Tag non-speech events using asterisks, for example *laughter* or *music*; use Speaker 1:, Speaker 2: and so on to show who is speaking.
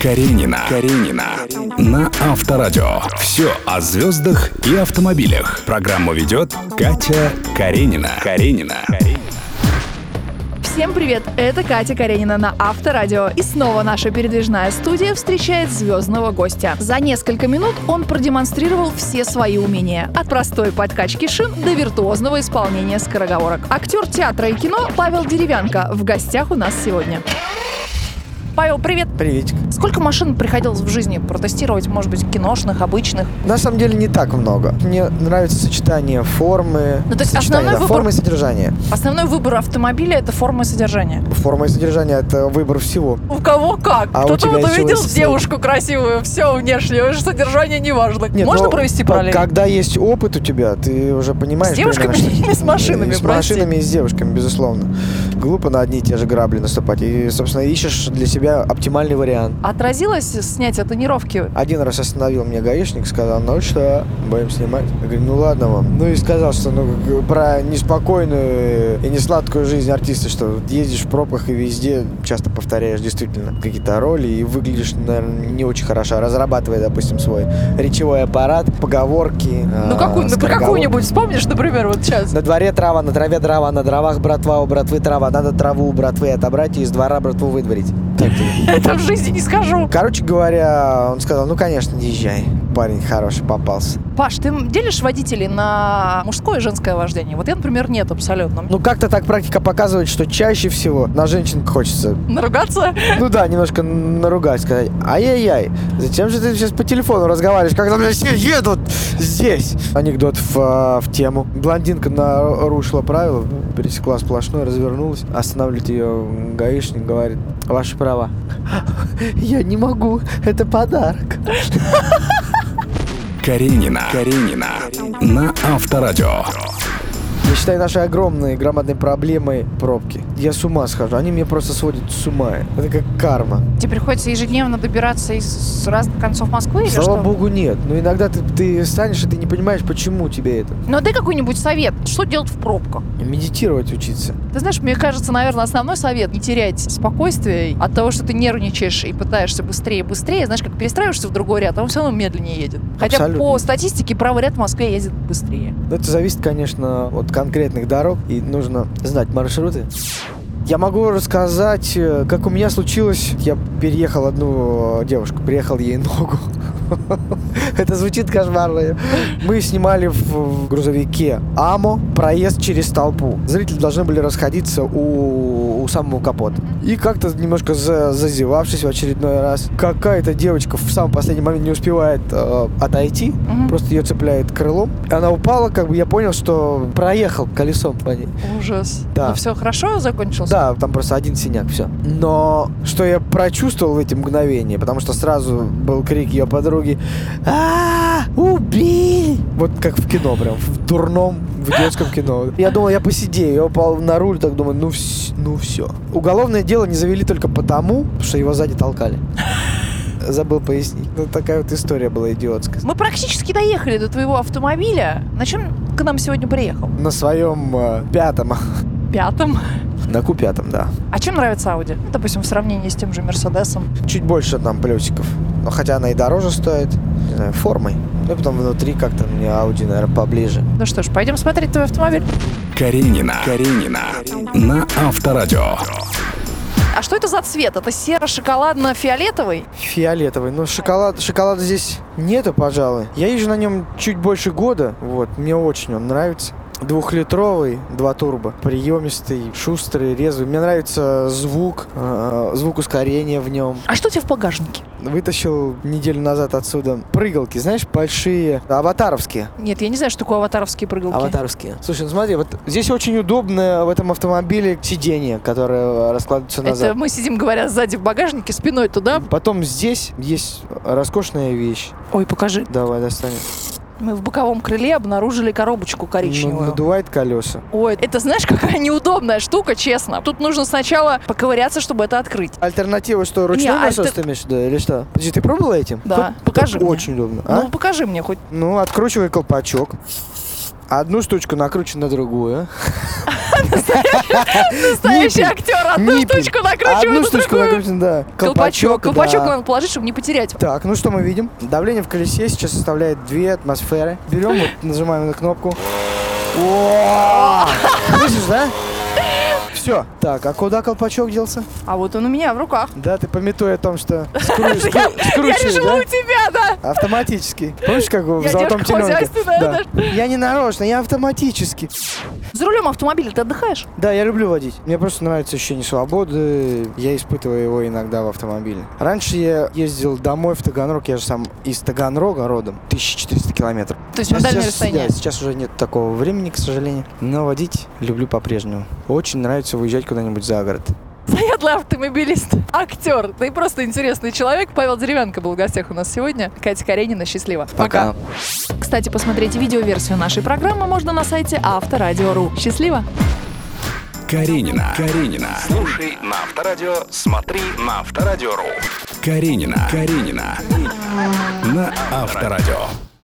Speaker 1: Каренина. Каренина. На Авторадио. Все о звездах и автомобилях. Программу ведет Катя Каренина. Каренина.
Speaker 2: Всем привет! Это Катя Каренина на Авторадио. И снова наша передвижная студия встречает звездного гостя. За несколько минут он продемонстрировал все свои умения. От простой подкачки шин до виртуозного исполнения скороговорок. Актер театра и кино Павел Деревянко в гостях у нас сегодня. Павел, привет!
Speaker 3: Приветик.
Speaker 2: Сколько машин приходилось в жизни протестировать, может быть, киношных, обычных?
Speaker 3: На самом деле не так много. Мне нравится сочетание формы,
Speaker 2: Ну, то есть
Speaker 3: сочетание,
Speaker 2: основной
Speaker 3: да,
Speaker 2: выбор-
Speaker 3: формы и содержания.
Speaker 2: Основной выбор автомобиля – это форма и содержание.
Speaker 3: Форма и содержание это выбор всего.
Speaker 2: У кого как?
Speaker 3: А у
Speaker 2: Кто-то
Speaker 3: тебя
Speaker 2: вот
Speaker 3: чего
Speaker 2: увидел
Speaker 3: сидеть?
Speaker 2: девушку красивую, все внешнее, уже содержание не важно.
Speaker 3: Нет,
Speaker 2: Можно
Speaker 3: но
Speaker 2: провести
Speaker 3: ка-
Speaker 2: параллель?
Speaker 3: Когда есть опыт у тебя, ты уже понимаешь.
Speaker 2: С девушками
Speaker 3: примерно, что-
Speaker 2: или с машинами,
Speaker 3: И С
Speaker 2: прости?
Speaker 3: машинами и с девушками, безусловно. Глупо на одни и те же грабли наступать. И, собственно, ищешь для себя оптимальный вариант.
Speaker 2: Отразилось снятие тонировки?
Speaker 3: Один раз остановил меня гаишник, сказал, ну что, будем снимать? Я говорю, ну ладно вам. Ну и сказал, что ну, как бы про неспокойную и несладкую жизнь артиста, что ездишь в пробках и везде часто повторяешь действительно какие-то роли и выглядишь, наверное, не очень хорошо, разрабатывая, допустим, свой речевой аппарат, поговорки.
Speaker 2: Ну, какую, ну,
Speaker 3: а,
Speaker 2: про
Speaker 3: скороговорки.
Speaker 2: какую-нибудь вспомнишь, например, вот сейчас?
Speaker 3: На дворе трава, на траве дрова, на дровах братва, у братвы трава, надо траву у братвы отобрать и из двора братву выдворить. Так тебе.
Speaker 2: *laughs* Это в жизни не скажу.
Speaker 3: Короче говоря, он сказал, ну, конечно, езжай. Парень хороший попался.
Speaker 2: Паш, ты делишь водителей на мужское и женское вождение? Вот я, например, нет абсолютно. *laughs*
Speaker 3: Ну, как-то так практика показывает, что чаще всего на женщин хочется,
Speaker 2: Наругаться?
Speaker 3: ну да, немножко наругать, сказать, ай-яй-яй, зачем же ты сейчас по телефону разговариваешь, когда блядь, все едут здесь? Анекдот в, а, в тему. Блондинка нарушила правила, пересекла сплошную, развернулась, останавливает ее гаишник, говорит, ваши права. *laughs* Я не могу, это подарок.
Speaker 1: Каренина. Каренина. На Авторадио.
Speaker 3: Я считаю нашей огромной громадной проблемой пробки. Я с ума схожу. Они меня просто сводят с ума. Это как карма.
Speaker 2: Тебе приходится ежедневно добираться из разных концов Москвы или
Speaker 3: Слава
Speaker 2: что?
Speaker 3: богу, нет. Но иногда ты, ты станешь, и ты не понимаешь, почему тебе это.
Speaker 2: Ну, дай какой-нибудь совет. Что делать в пробках?
Speaker 3: Медитировать учиться.
Speaker 2: Ты знаешь, мне кажется, наверное, основной совет не терять спокойствие от того, что ты нервничаешь и пытаешься быстрее и быстрее. Знаешь, как перестраиваешься в другой ряд, а он все равно медленнее едет. Хотя
Speaker 3: Абсолютно.
Speaker 2: по статистике правый ряд в Москве ездит быстрее.
Speaker 3: Но это зависит, конечно, от конкретных дорог. И нужно знать маршруты. Я могу рассказать, э, как у меня случилось. Я переехал одну э, девушку, приехал ей ногу. *laughs* Это звучит кошмарно. Мы снимали в, в грузовике Амо проезд через толпу. Зрители должны были расходиться у, у самого капота. И как-то немножко за- зазевавшись в очередной раз, какая-то девочка в самый последний момент не успевает э, отойти,
Speaker 2: Мгм.
Speaker 3: просто ее цепляет крылом. Она упала, как бы я понял, что проехал колесом по ней.
Speaker 2: Ужас.
Speaker 3: Да.
Speaker 2: Ну все хорошо закончилось?
Speaker 3: Да, там просто один синяк, все. Но что я прочувствовал в эти мгновения, потому что сразу был крик ее подруги. «А, убей! Вот как в кино прям, в дурном, в детском кино. Я думал, я посидею, я упал на руль, так думаю, ну, вс- ну все. Уголовное дело не завели только потому, что его сзади толкали. Забыл пояснить. Ну, такая вот история была идиотская.
Speaker 2: Мы практически доехали до твоего автомобиля. На чем к нам сегодня приехал?
Speaker 3: На своем э, пятом, *laughs*
Speaker 2: Пятом.
Speaker 3: на Ку пятом, да.
Speaker 2: А чем нравится Audi? Ну, допустим, в сравнении с тем же Мерседесом.
Speaker 3: чуть больше там плюсиков. Но хотя она и дороже стоит, не знаю, формой. Ну и потом внутри как-то мне Audi, наверное, поближе.
Speaker 2: Ну что ж, пойдем смотреть твой автомобиль.
Speaker 1: Каренина. Каренина. На Авторадио.
Speaker 2: А что это за цвет? Это серо-шоколадно-фиолетовый?
Speaker 3: Фиолетовый. Но шоколад, шоколада здесь нету, пожалуй. Я езжу на нем чуть больше года. Вот, мне очень он нравится. Двухлитровый, два турбо, приемистый, шустрый, резвый. Мне нравится звук, э, звук ускорения в нем.
Speaker 2: А что у тебя в багажнике?
Speaker 3: Вытащил неделю назад отсюда прыгалки, знаешь, большие, аватаровские.
Speaker 2: Нет, я не знаю, что такое аватаровские прыгалки.
Speaker 3: Аватарские. Слушай, ну смотри, вот здесь очень удобное в этом автомобиле сиденье, которое э, раскладывается назад.
Speaker 2: Это мы сидим, говоря, сзади в багажнике, спиной туда.
Speaker 3: Потом здесь есть роскошная вещь.
Speaker 2: Ой, покажи.
Speaker 3: Давай, достанем.
Speaker 2: Мы в боковом крыле обнаружили коробочку
Speaker 3: Ну,
Speaker 2: коричневую.
Speaker 3: надувает колеса.
Speaker 2: Ой, это знаешь, какая неудобная штука, честно. Тут нужно сначала поковыряться, чтобы это открыть.
Speaker 3: Альтернатива что, ручной
Speaker 2: Не,
Speaker 3: насос
Speaker 2: альтер-
Speaker 3: ты имеешь в виду или что? Подожди, ты пробовала этим?
Speaker 2: Да,
Speaker 3: Тут-
Speaker 2: покажи
Speaker 3: тут
Speaker 2: мне.
Speaker 3: Очень удобно. а?
Speaker 2: Ну, покажи мне хоть.
Speaker 3: Ну, откручивай колпачок. Одну штучку накручу на другую.
Speaker 2: Настоящий актер. Одну
Speaker 3: Ниппель.
Speaker 2: штучку накручивает
Speaker 3: Одну
Speaker 2: на
Speaker 3: штучку
Speaker 2: другую.
Speaker 3: накручен, да.
Speaker 2: Колпачок. Колпачок
Speaker 3: да.
Speaker 2: надо положить, чтобы не потерять.
Speaker 3: Так, ну что мы видим? Давление в колесе сейчас составляет 2 атмосферы. Берем, вот, *laughs* нажимаем на кнопку.
Speaker 2: *laughs*
Speaker 3: О! Слышишь, да? Все. Так, а куда колпачок делся?
Speaker 2: А вот он у меня в руках.
Speaker 3: Да, ты пометуй о том, что скру- скру-
Speaker 2: *laughs* Я
Speaker 3: скручиваешь,
Speaker 2: решила
Speaker 3: да?
Speaker 2: у тебя, да.
Speaker 3: Автоматически. Помнишь, как в
Speaker 2: Я
Speaker 3: золотом
Speaker 2: девушка
Speaker 3: теленке?
Speaker 2: хозяйственная,
Speaker 3: Я не нарочно, я автоматически.
Speaker 2: За рулем автомобиля ты отдыхаешь?
Speaker 3: Да, я люблю водить. Мне просто нравится ощущение свободы. Я испытываю его иногда в автомобиле. Раньше я ездил домой в Таганрог. Я же сам из Таганрога родом. 1400 километров.
Speaker 2: То есть на дальнее расстояние.
Speaker 3: да, сейчас уже нет такого времени, к сожалению. Но водить люблю по-прежнему. Очень нравится выезжать куда-нибудь за город.
Speaker 2: Заядлый автомобилист, актер, да и просто интересный человек. Павел Деревянко был в гостях у нас сегодня. Катя Каренина, счастливо.
Speaker 3: Пока.
Speaker 2: Кстати, посмотреть видеоверсию нашей программы можно на сайте авторадио.ру. Счастливо!
Speaker 1: Каренина. Каренина. Слушай на Авторадио, смотри на Авторадио.ру. Каренина. Каренина. На Авторадио.